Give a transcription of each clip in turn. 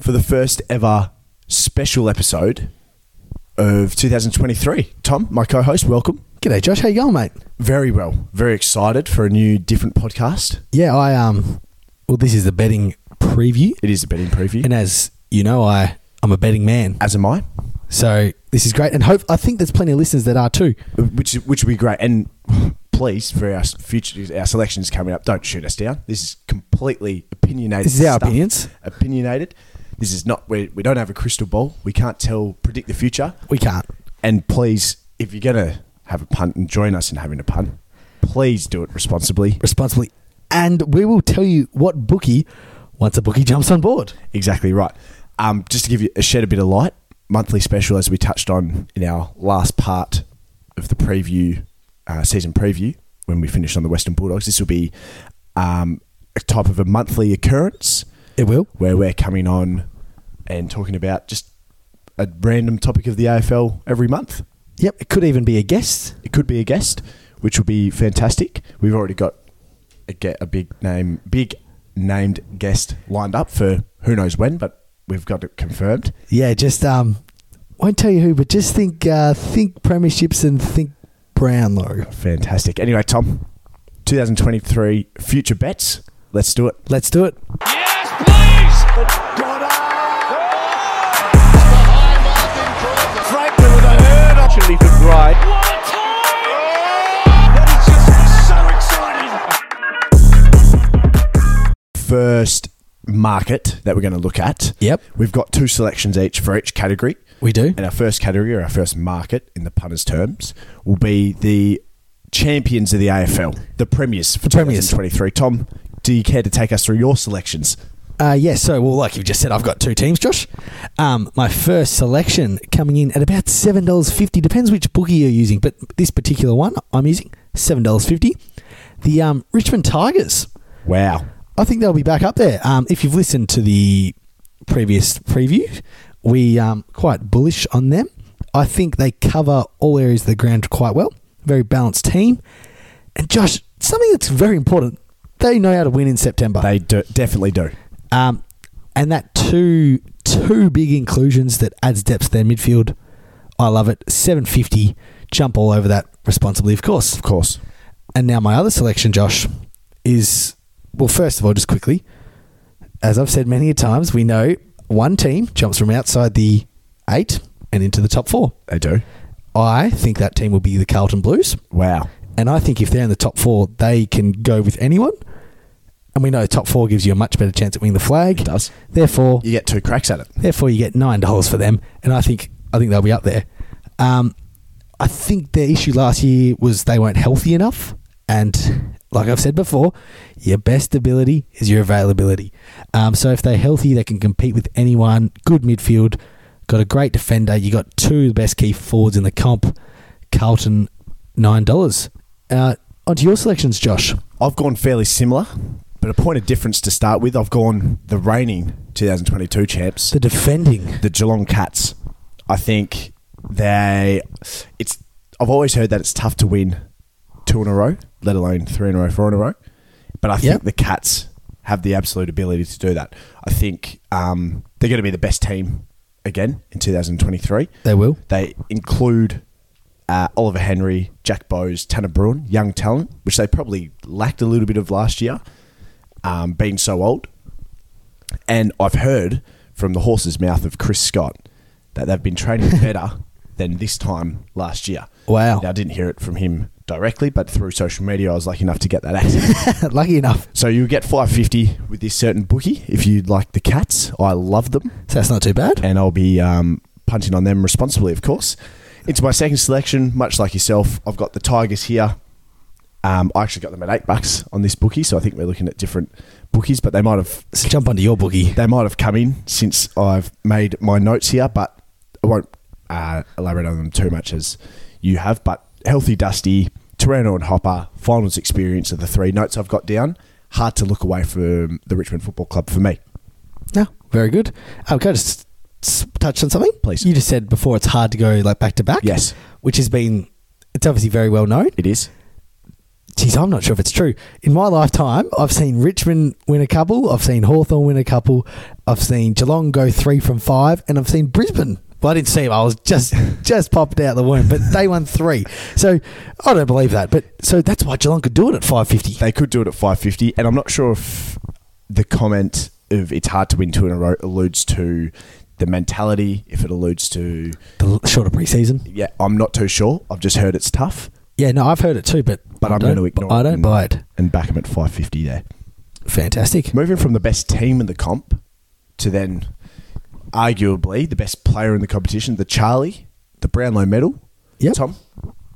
for the first ever special episode of 2023. Tom, my co host, welcome. G'day, Josh. How you going, mate? Very well. Very excited for a new, different podcast. Yeah, I um. Well, this is the betting preview, It is a betting preview. and as you know, I I'm a betting man, as am I, so this is great. And hope I think there's plenty of listeners that are too. which which would be great. And please, for our future, our selections coming up, don't shoot us down. This is completely opinionated. This is our stuff. opinions. Opinionated. This is not. We, we don't have a crystal ball. We can't tell predict the future. We can't. And please, if you're gonna have a punt and join us in having a punt, please do it responsibly. responsibly. And we will tell you what bookie once a bookie jumps on board. Exactly right. Um, just to give you a shed a bit of light, monthly special as we touched on in our last part of the preview uh, season preview when we finished on the Western Bulldogs. This will be um, a type of a monthly occurrence It will. where we're coming on and talking about just a random topic of the AFL every month. Yep. It could even be a guest. It could be a guest, which would be fantastic. We've already got a, ge- a big name, big named guest lined up for who knows when, but we've got it confirmed. Yeah. Just um, won't tell you who, but just think uh, think premierships and think Brownlow. Fantastic. Anyway, Tom, 2023 future bets. Let's do it. Let's do it. Yes, please! Franklin with a hurdle. Actually, for right. What a time! That is just so exciting. First market that we're going to look at. Yep. We've got two selections each for each category. We do. And our first category, or our first market in the punters' terms, will be the champions of the AFL, the premiers for Premiers. 2023. Tom, do you care to take us through your selections? Uh, yeah, so, well, like you've just said, I've got two teams, Josh. Um, my first selection coming in at about $7.50. Depends which bookie you're using, but this particular one I'm using, $7.50. The um, Richmond Tigers. Wow. I think they'll be back up there. Um, if you've listened to the previous preview, we um quite bullish on them. I think they cover all areas of the ground quite well. Very balanced team. And Josh, something that's very important, they know how to win in September. They do, definitely do. Um, and that two two big inclusions that adds depth to their midfield. I love it. Seven fifty, jump all over that responsibly, of course. Of course. And now my other selection, Josh, is well. First of all, just quickly, as I've said many a times, we know one team jumps from outside the eight and into the top four. They do. I think that team will be the Carlton Blues. Wow. And I think if they're in the top four, they can go with anyone. And we know top four gives you a much better chance at winning the flag. It does. Therefore, You get two cracks at it. therefore you get nine dollars for them. And I think I think they'll be up there. Um, I think their issue last year was they weren't healthy enough. And like I've said before, your best ability is your availability. Um, so if they're healthy, they can compete with anyone. Good midfield, got a great defender. You got two of the best key forwards in the comp. Carlton, nine dollars. Uh, onto your selections, Josh. I've gone fairly similar, but a point of difference to start with. I've gone the reigning 2022 champs, The defending. the Geelong Cats. I think they. It's. I've always heard that it's tough to win two in a row, let alone three in a row, four in a row. But I think Yep. the Cats have the absolute ability to do that. I think um, they're going to be the best team again in 2023. They will. They include uh, Oliver Henry, Jack Bowes, Tanner Bruin, young talent, which they probably lacked a little bit of last year, um, being so old. And I've heard from the horse's mouth of Chris Scott that they've been training better than this time last year. Wow. Now, I didn't hear it from him directly, but through social media, I was lucky enough to get that access. Lucky enough. so you get 550 with this certain bookie if you like the cats. I love them So that's not too bad. and I'll be um, punting on them responsibly, of course. Into my second selection, much like yourself, I've got the Tigers here. Um, I actually got them at eight bucks on this bookie, so I think we're looking at different bookies, but they might have So jump onto your boogie. they might have come in since I've made my notes here, but I won't uh, elaborate on them too much as you have. But healthy Dusty, Toronto and Hopper, finals experience are the three notes I've got down. Hard to look away from the Richmond Football Club for me. No, very good. Um, can I just s- touch on something, Please. You just said before it's hard to go like back to back. Yes. which has been it's obviously very well known. It is. Geez, I'm not sure if it's true. In my lifetime, I've seen Richmond win a couple, I've seen Hawthorn win a couple, I've seen Geelong go three from five, and I've seen Brisbane. Well, I didn't see them. I was just just popped out the womb, but they won three. So I don't believe that. But so that's why Geelong could do it at five fifty. They could do it at 550, and I'm not sure if the comment of it's hard to win two in a row alludes to the mentality, if it alludes to, The l- shorter preseason. yeah, I'm not too sure. I've just heard it's tough, Yeah, no, I've heard it too, but but I I'm don't- going to ignore it. I don't and- buy it. And back them at 550 there. Fantastic. Moving from the best team in the comp to then arguably the best player in the competition, the Charlie, the Brownlow medal. Yep. Tom,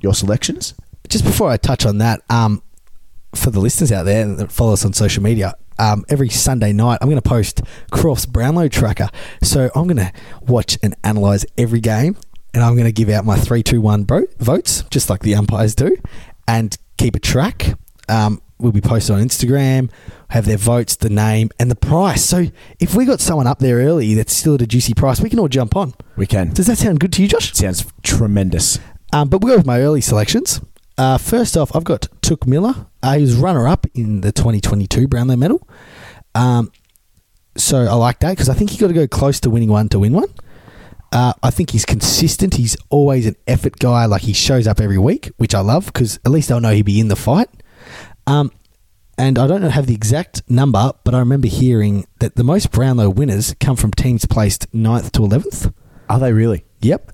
your selections? Just before I touch on that, um, for the listeners out there that follow us on social media, um, every Sunday night I'm going to post Croft's Brownlow tracker. So I'm going to watch and analyze every game, and I'm going to give out my three, two, one bro- votes, just like the umpires do, and keep a track. Um, will be posted on Instagram, have their votes, the name, and the price. So if we got someone up there early that's still at a juicy price, we can all jump on. We can. Does that sound good to you, Josh? Sounds tremendous. Um, but we'll go with my early selections. Uh, first off, I've got Took Miller. Uh, he was runner up in the 2022 Brownlow medal. Um, so I like that because I think you got to go close to winning one to win one. Uh, I think he's consistent. He's always an effort guy. Like he shows up every week, which I love because at least they'll know he'd be in the fight. Um, and I don't know- have the exact number, but I remember hearing that the most Brownlow winners come from teams placed 9th to 11th. Are they really? Yep.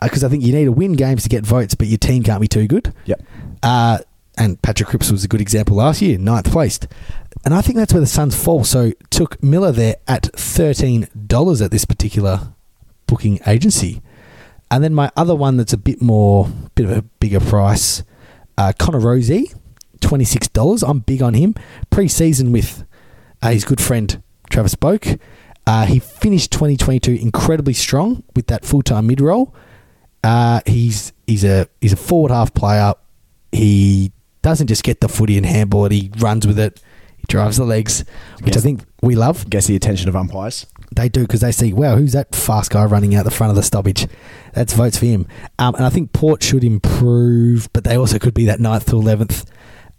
Because I think you need to win games to get votes, but your team can't be too good. Yep. Uh, and Patrick Cripps was a good example last year, ninth placed. And I think that's where the Suns fall. So took Miller there at $13 at this particular booking agency. And then my other one that's a bit more, bit of a bigger price, uh, Connor Rosie, $26. I'm big on him. Pre season with uh, his good friend Travis Boak. Uh, he finished 2022 incredibly strong with that full time mid roll. Uh, he's he's a he's a forward half player. He doesn't just get the footy and handball it. He runs with it. He drives the legs, which I Yes. think we love. Guess the attention of umpires. They do because they see, wow, who's that fast guy running out the front of the stoppage? That's votes for him. Um, and I think Port should improve, but they also could be that 9th to 11th.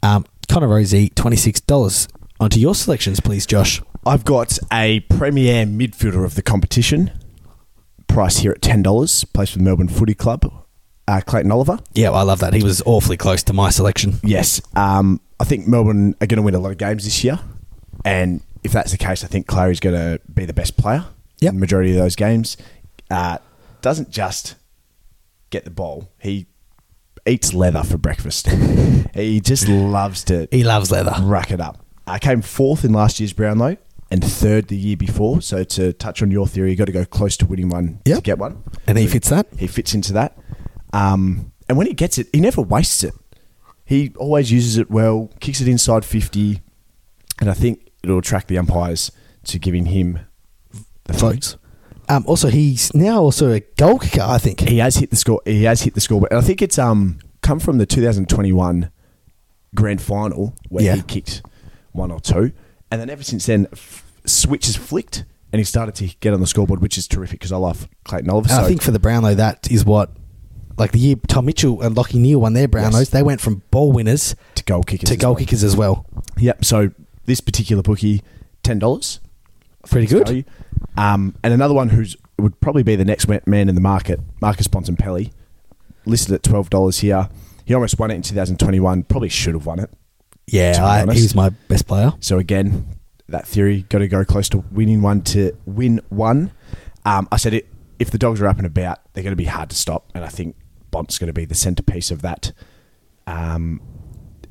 Um, Connor Rosie, $26. Onto your selections, please, Josh. I've got a premier midfielder of the competition. Price here at $10, placed with Melbourne Footy Club, uh, Clayton Oliver. Yeah, well, I love that. He was awfully close to my selection. Yes. Um, I think Melbourne are going to win a lot of games this year. And if that's the case, I think Clary's going to be the best player Yep. in the majority of those games. Uh, doesn't just get the ball, he eats leather for breakfast. he just loves to He loves leather. rack it up. I came fourth in last year's Brownlow and third the year before. So to touch on your theory, you got to go close to winning one to Yep. get one. And he fits that. He fits into that. Um, and when he gets it, he never wastes it. He always uses it well, kicks it inside 50, and I think it'll attract the umpires to giving him the Votes. Um, also, he's now also a goal kicker, I think. He has hit the score. He has hit the scoreboard, and I think it's um come from the 2021 grand final where Yeah. he kicked one or two, and then ever since then, f- switch has flicked, and he started to get on the scoreboard, which is terrific because I love Clayton Oliver. And so I think for the Brownlow, that is what, like the year Tom Mitchell and Lockie Neal won their Brownlows, Yes. they went from ball winners to goal kickers to as goal well. kickers as well. Yep. So this particular bookie, ten dollars. Pretty good. Um, and another one who's would probably be the next wet man in the market, Marcus Bontempelli, listed at twelve dollars here. He almost won it in 2021. Probably should have won it. To be Yeah, I, honest. he was my best player. So again, that theory got to go close to winning one to win one. Um, I said it. If the dogs are up and about, they're going to be hard to stop, and I think Bont's going to be the centerpiece of that, um,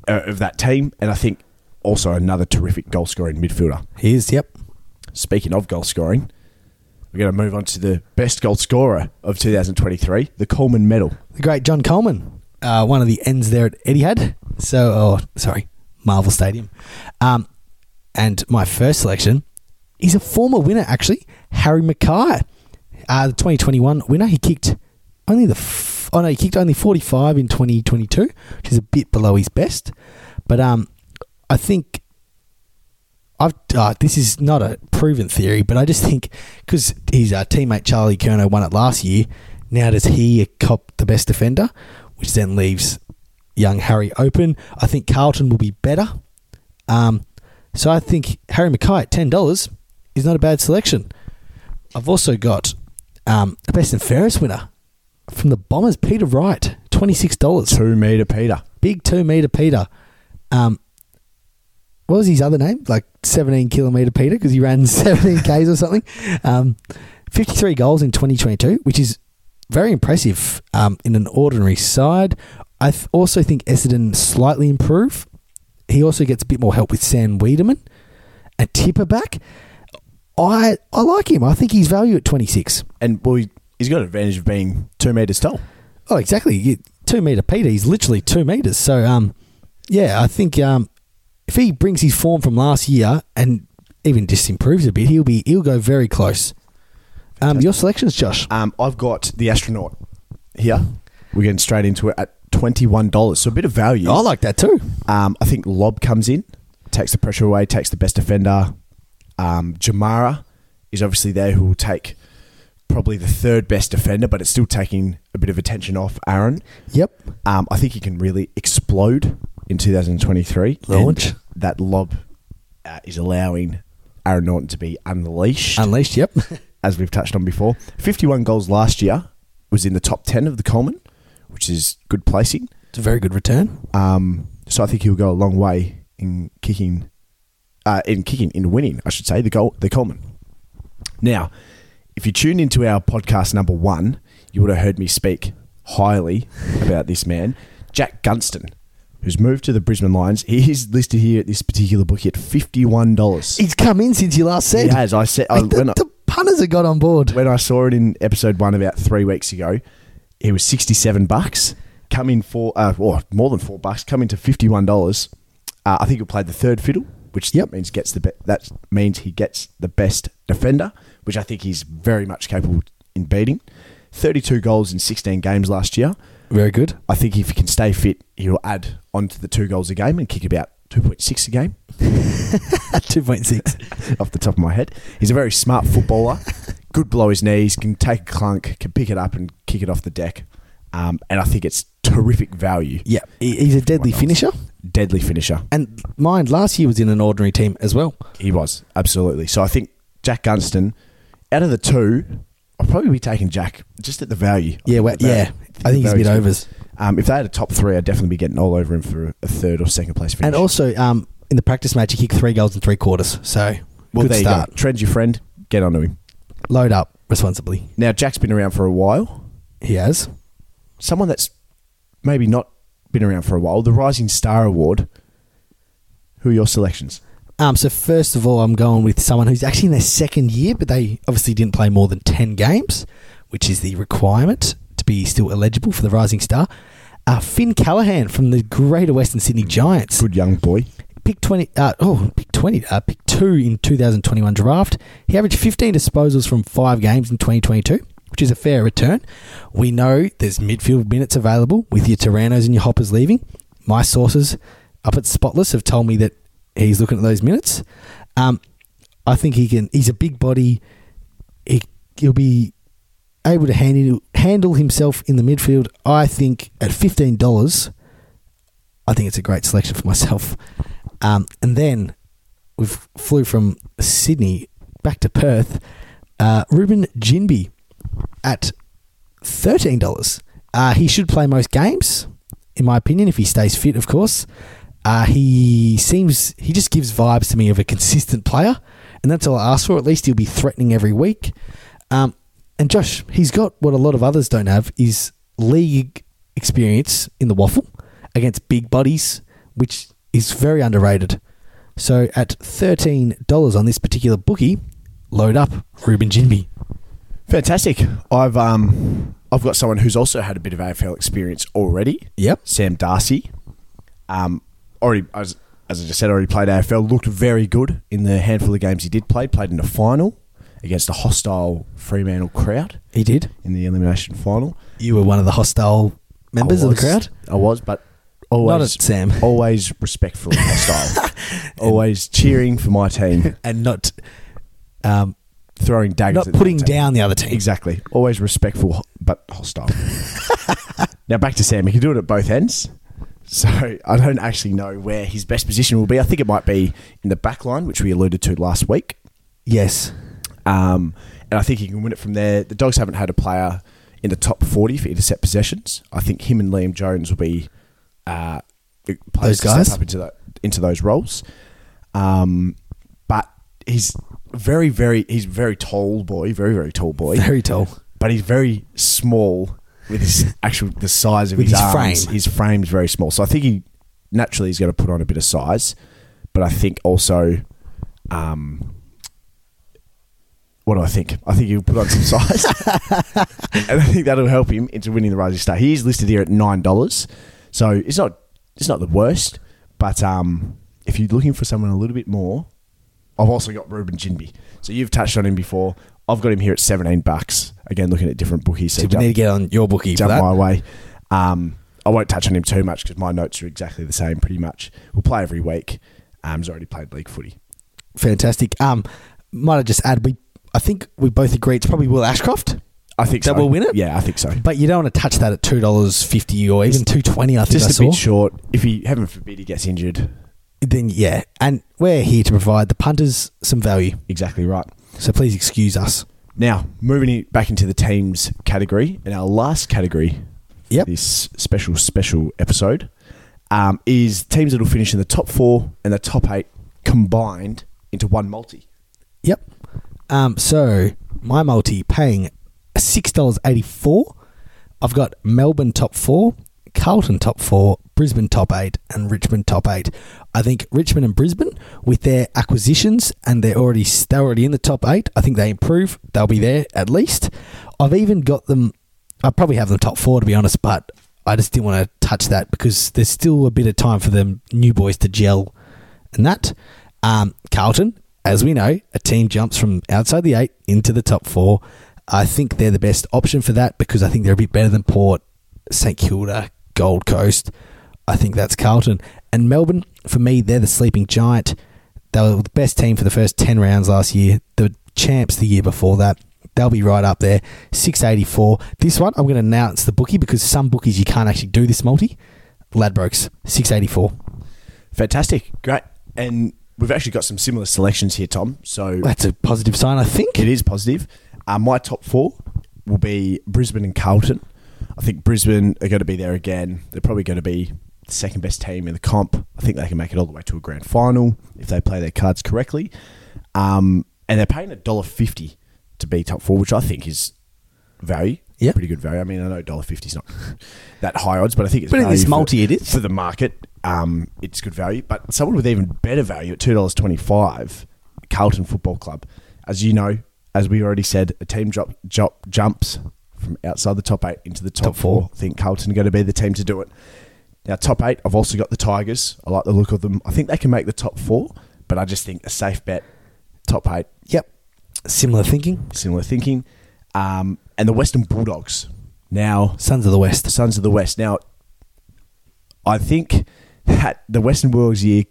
uh, of that team. And I think also another terrific goal scoring midfielder. He is, yep. Speaking of goal scoring, we're going to move on to the best goal scorer of 2023, the Coleman Medal. The great John Coleman, uh, one of the ends there at Etihad. So, oh, sorry, Marvel Stadium. Um, and my first selection is a former winner, actually, Harry Mackay, uh, the 2021 winner. He kicked only the, f- oh no, he kicked only 45 in 2022, which is a bit below his best. But um, I think I've uh, this is not a proven theory, but I just think because his uh, teammate Charlie Kerno won it last year, now does he cop the best defender, which then leaves young Harry open. I think Carlton will be better, um, so I think Harry Mackay at ten dollars is not a bad selection. I've also got um, a best and fairest winner from the Bombers, Peter Wright, twenty six dollars. Two meter Peter. Big two meter Peter. Um, what was his other name? Like seventeen kilometer Peter because he ran seventeen k's or something. Um, Fifty three goals in twenty twenty two, which is very impressive um, in an ordinary side. I th- also think Essendon slightly improve. He also gets a bit more help with Sam Wiedemann and Tipper back. I I like him. I think he's value at twenty six. And well, he, he's got an advantage of being two meters tall. Oh, exactly. You- two meter Peter. He's literally two meters. So, um, yeah, I think um, if he brings his form from last year and even just improves a bit, he'll be he'll go very close. Um, your selections, Josh. Um, I've got the astronaut here. We're getting straight into it at twenty one dollars, so a bit of value. I like that too. Um, I think Lob comes in, takes the pressure away, takes the best defender. Um, Jamara is obviously there, who will take probably the third best defender, but it's still taking a bit of attention off Aaron. Yep. Um, I think he can really explode in 2023. Launch. And that lob uh, is allowing Aaron Norton to be unleashed, Unleashed. Yep. as we've touched on before. 51 goals last year was in the top 10 of the Coleman, which is good placing. it's a very good return. Um, so I think he'll go a long way in kicking, uh, in kicking, in winning, I should say, the goal, the Coleman. Now, if you tuned into our podcast number one, you would have heard me speak highly about this man, Jack Gunston, who's moved to the Brisbane Lions. He is listed here at this particular bookie at fifty-one dollars. He's come in since you last said. He has. I said I, Like, the, when, I, the punters have got on board. when I saw it in episode one about three weeks ago, it was sixty-seven bucks. Come in for uh, or more than four bucks. Come in to fifty-one dollars. Uh, I think he played the third fiddle, which Yep. means gets the be- that means he gets the best defender, which I think he's very much capable in beating. Thirty-two goals in sixteen games last year. Very good. I think if he can stay fit, he'll add on to the two goals a game and kick about two point six a game At two point six. off the top of my head. He's a very smart footballer. Good below his knees. Can take a clunk. Can pick it up and kick it off the deck. Um, and I think it's terrific value. yeah. He, he's a deadly $51. finisher. Deadly finisher. And mind, last year was in an ordinary team as well. He was absolutely. So I think Jack Gunston, out of the two, I'd probably be taking Jack just at the value. Yeah, well, I think the yeah. value- I think the he's a bit value's overs. good. Um, if they had a top three, I'd definitely be getting all over him for a third or second place finish. And also, um, in the practice match, he kicked three goals in three quarters. So, well, good there start. you go. Trend's your friend. Get onto him. Load up responsibly. Now Jack's been around for a while. He has. someone that's maybe not been around for a while, the Rising Star Award. Who are your selections? Um, so, first of all, I'm going with someone who's actually in their second year, but they obviously didn't play more than 10 games, which is the requirement to be still eligible for the Rising Star. Uh, Finn Callahan from the Greater Western Sydney Giants. Good young boy. pick 20 uh, oh pick 20 uh, pick 2 in 2021 draft he averaged 15 disposals from 5 games in 2022 which is a fair return we know there's midfield minutes available with your tyrannos and your hoppers leaving my sources up at spotless have told me that he's looking at those minutes um, i think he can he's a big body he, he'll be able to handle, handle himself in the midfield i think at $15 I think it's a great selection for myself. Um, and then we flew from Sydney back to Perth. Uh, Ruben Jinby at thirteen dollars. Uh, he should play most games, in my opinion, if he stays fit, of course. Uh, he seems he just gives vibes to me of a consistent player, and that's all I ask for. At least he'll be threatening every week. Um, and Josh, he's got what a lot of others don't have is league experience in the waffle against big bodies, which is very underrated. So at thirteen dollars on this particular bookie, load up Ruben Jinby. Fantastic. I've um I've got someone who's also had a bit of AFL experience already. Yep. Sam Darcy. Um already as as I just said, already played AFL, looked very good in the handful of games he did play, played in the final against a hostile Fremantle crowd He did. in the elimination final. You were one of the hostile members I of the was- crowd. I was, but Not always at Sam, always respectful and hostile, always cheering for my team, and not um, throwing daggers. not at the putting other team. down the other team. Exactly. Always respectful but hostile. now back to Sam. He can do it at both ends. So I don't actually know where his best position will be. I think it might be in the back line, which we alluded to last week. Yes. Um, and I think he can win it from there. The Dogs haven't had a player in the top 40 for intercept possessions. I think him and Liam Jones will be uh, players Those to step guys? up into, that, into those roles. Um, but he's very, very, he's a very tall boy, very, very tall boy. Very tall. But he's very small with his actual, the size of With his, his arms. frame. His frame's very small. So I think he naturally is going to put on a bit of size. But I think also um, what do I think? I think he'll put on some size, and I think that'll help him into winning the Rising Star. He is listed here at nine dollars, so it's not it's not the worst. But um, if you're looking for someone a little bit more, I've also got Ruben Jinby. So you've touched on him before. I've got him here at seventeen bucks. Again, looking at different bookies. So So we need to get on your bookie for jump that. my way. Um, I won't touch on him too much because my notes are exactly the same, pretty much. We'll play every week. Um, he's already played league footy. Fantastic. Um, might I just add, we I think we both agree it's probably Will Ashcroft, I think That so. will win it? Yeah, I think so. but you don't want to touch that at two dollars fifty or even two twenty. I think Just I a saw. bit short. If he heaven forbid he gets injured, Then yeah, and we're here to provide the punters some value. exactly right. So please excuse us. Now moving in, back into the teams category, and our last category, Yep. this special special episode, um, is teams that will finish in the top four and the top eight combined into one multi. Yep. Um, so my multi paying six dollars eighty four. I've got Melbourne top four, Carlton top four, Brisbane top eight, and Richmond top eight. I think Richmond and Brisbane with their acquisitions and they're already they're already in the top eight. I think they improve. They'll be there at least. I've even got them. I probably have them top four to be honest, but I just didn't want to touch that because there's still a bit of time for them new boys to gel and that. Um, Carlton, as we know, a team jumps from outside the eight into the top four. I think they're the best option for that because I think they're a bit better than Port, St Kilda, Gold Coast. I think that's Carlton. And Melbourne, for me, they're the sleeping giant. They were the best team for the first 10 rounds last year, the champs the year before that. They'll be right up there. 684. This one, I'm going to announce the bookie because some bookies you can't actually do this multi. Ladbrokes, 684. Fantastic, great, and we've actually got some similar selections here, Tom. So That's a positive sign, I think. It is positive. Uh, my top four will be Brisbane and Carlton. I think Brisbane are going to be there again. They're probably going to be the second best team in the comp. I think they can make it all the way to a grand final if they play their cards correctly. Um, and they're paying a dollar fifty to be top four, which I think is value. Yeah. pretty good value. I mean, I know dollar fifty is not that high odds, but I think it's But in value this for- multi, it is. for the market. Um, it's good value, but someone with even better value at two dollars twenty five, Carlton Football Club. As you know, as we already said, a team drop, drop jumps from outside the top eight into the top, Top four. four. I think Carlton are going to be the team to do it. Now, top eight, I've also got the Tigers. I like the look of them. I think they can make the top four, but I just think a safe bet, top eight, Yep. Similar thinking. similar thinking. Um, and the Western Bulldogs. Now, Sons of the the West. Sons of the West. Now, I think that the Western Bulldogs year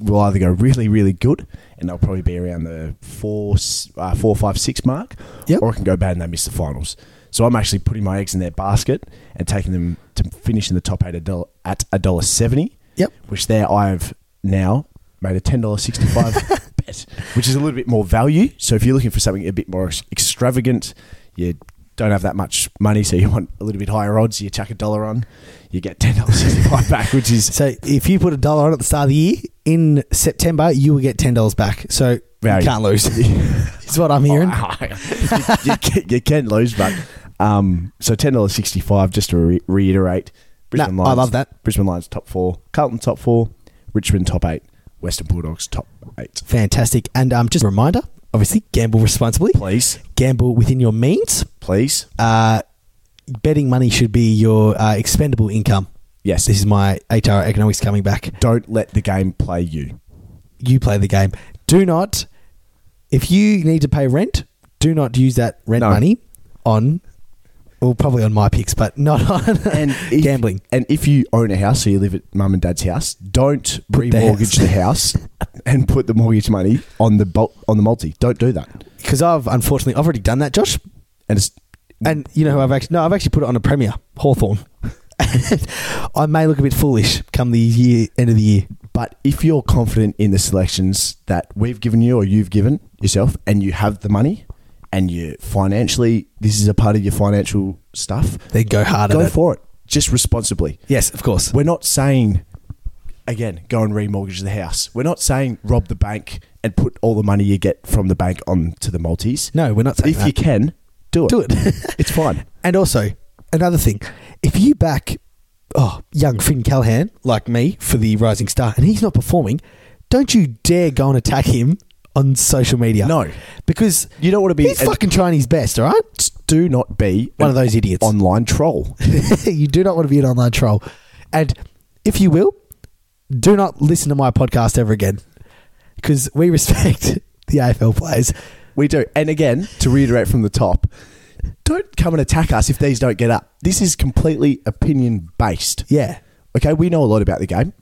will either go really, really good, and they'll probably be around the four, s- uh, four, five, six mark, Yep. or it can go bad and they miss the finals. So I'm actually putting my eggs in their basket and taking them to finish in the top eight at a dollar- at a dollar seventy. Yep. Which there I have now made a ten dollar sixty five bet, which is a little bit more value. So if you're looking for something a bit more ex- extravagant, you don't have that much money, so you want a little bit higher odds. You chuck a dollar on, you get ten dollars sixty five back, which is So if you put a dollar on at the start of the year, in September, you will get $10 back. So Value. you can't lose. It's what I'm hearing. you, can, you can lose, but um, so ten dollars sixty five. Just to re- reiterate, Brisbane No, I Lions. love that. Brisbane Lions top four, Carlton top four, Richmond top eight, Western Bulldogs top eight. Fantastic. And um, just a reminder, obviously, gamble responsibly. Please, Gamble within your means. please, Uh, betting money should be your uh, expendable income. yes. This is my HR economics coming back. don't let the game play you. you play the game. Do not, if you need to pay rent, do not use that rent No. money on, well, probably on my picks, but not on if, gambling. And if you own a house, so you live at mum and dad's house, don't Put the remortgage the house and put the mortgage money on the bul- on the multi. Don't do that. Because I've unfortunately I've already done that, Josh. And it's And you know who I've actually no, I've actually put it on a premier Hawthorn. I may look a bit foolish come the year end of the year. But if you're confident in the selections that we've given you or you've given yourself and you have the money and you financially, this is a part of your financial stuff, Then go hard go at it. for it. Just responsibly. Yes, of course. We're not saying, again, go and remortgage the house. We're not saying rob the bank and put all the money you get from the bank onto the Maltese. No, we're not saying If you that. can, do it. Do it. it's fine. And also, another thing, if you back oh, young Finn Callahan, like me, for the Rising Star, and he's not performing, don't you dare go and attack him on social media. No. Because You don't want to be. he's and fucking trying his best, all right? do not be One an of those idiots. online troll. you do not want to be an online troll. And if you will, do not listen to my podcast ever again. Because we respect the AFL players. We do. And again, to reiterate from the top, don't come and attack us if these don't get up. This is completely opinion based. Yeah. Okay, we know a lot about the game.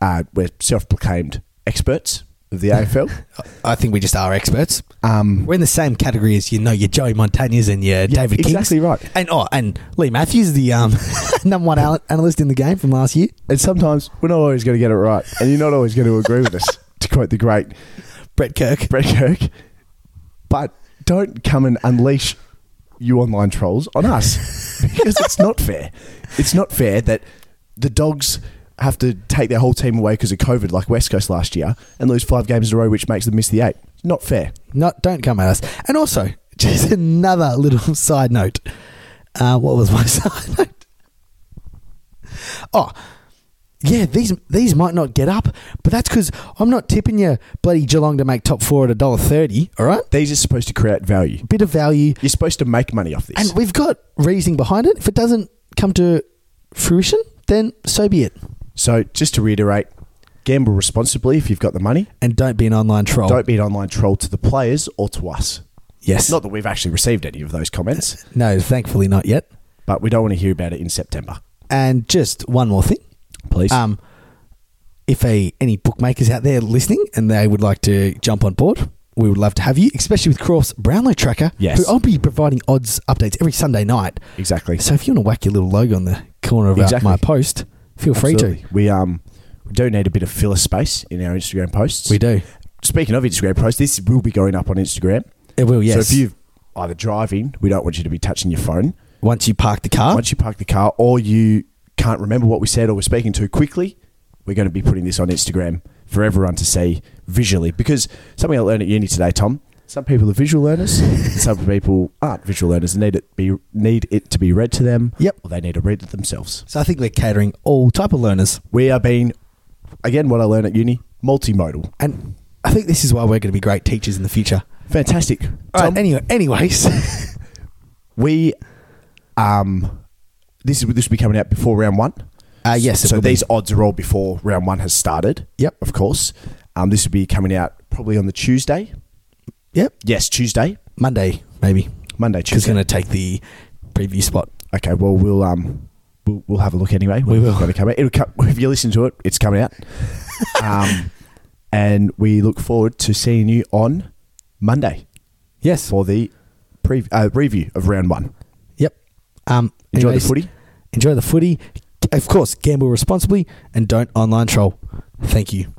Uh, we're self proclaimed experts of the AFL. I think we just are experts. Um, We're in the same category as you know your Joey Montanas and your David Kings. exactly right. And oh, and Lee Matthews, the um, number one al- analyst in the game from last year. And sometimes we're not always going to get it right. And you're not always going to agree with us, to quote the great Brett Kirk. Brett Kirk. But don't come and unleash you online trolls on us because it's not fair. It's not fair that the dogs have to take their whole team away because of COVID, like West Coast last year, and lose five games in a row, which makes them miss the eight. Not fair. Not don't come at us. And also, just another little side note. Uh, what was my side note? Oh, yeah, these these might not get up, but that's because I'm not tipping you bloody Geelong to make top four at a dollar thirty. All right, These are supposed to create value. bit of value, You're supposed to make money off this. and we've got reasoning behind it. If it doesn't come to fruition, then so be it. so, just to reiterate, gamble responsibly if you've got the money. And don't be an online troll. Don't be an online troll to the players or to us. Yes. Not that we've actually received any of those comments, no, thankfully not yet. but we don't want to hear about it in September. And just one more thing. Please. Um, if a, any bookmakers out there listening and they would like to jump on board, we would love to have you, especially with Cross Brownlow Tracker, Yes. who I'll be providing odds updates every Sunday night. exactly. So if you want to whack your little logo on the corner of our- Exactly. my post, feel free Absolutely. We um we do need a bit of filler space in our Instagram posts. to. We do. Speaking of Instagram posts, this will be going up on Instagram. It will, yes. So if you are either driving, we don't want you to be touching your phone. Once you park the car, Once you park the car, or you can't remember what we said, or we're speaking too quickly, we're going to be putting this on Instagram for everyone to see visually. Because something I learned at uni today, Tom. Some people are visual learners. some people aren't visual learners. and Need it be need it to be read to them. Yep. Or they need to read it themselves. so I think we're catering all type of learners. We are being, again, what I learned at uni, multimodal. And I think this is why we're going to be great teachers in the future. Fantastic. All right, Tom, anyway, anyways. we, um, this is this will be coming out before round one. Uh, yes, it So will be. these odds are all before round one has started. Yep. Of course. Um, this will be coming out probably on the Tuesday. Yep. Yes, Tuesday, Monday, maybe. Monday, Who's Tuesday. going to take the preview spot? okay. Well, we'll um, we'll, we'll have a look anyway. We will. Got to come out. It'll come, if you listen to it, it's coming out. um, and we look forward to seeing you on Monday. Yes. for the pre- uh, review of round one. Yep. Um, Enjoy anyways, the footy. Enjoy the footy. Of course, gamble responsibly and don't online troll. Thank you.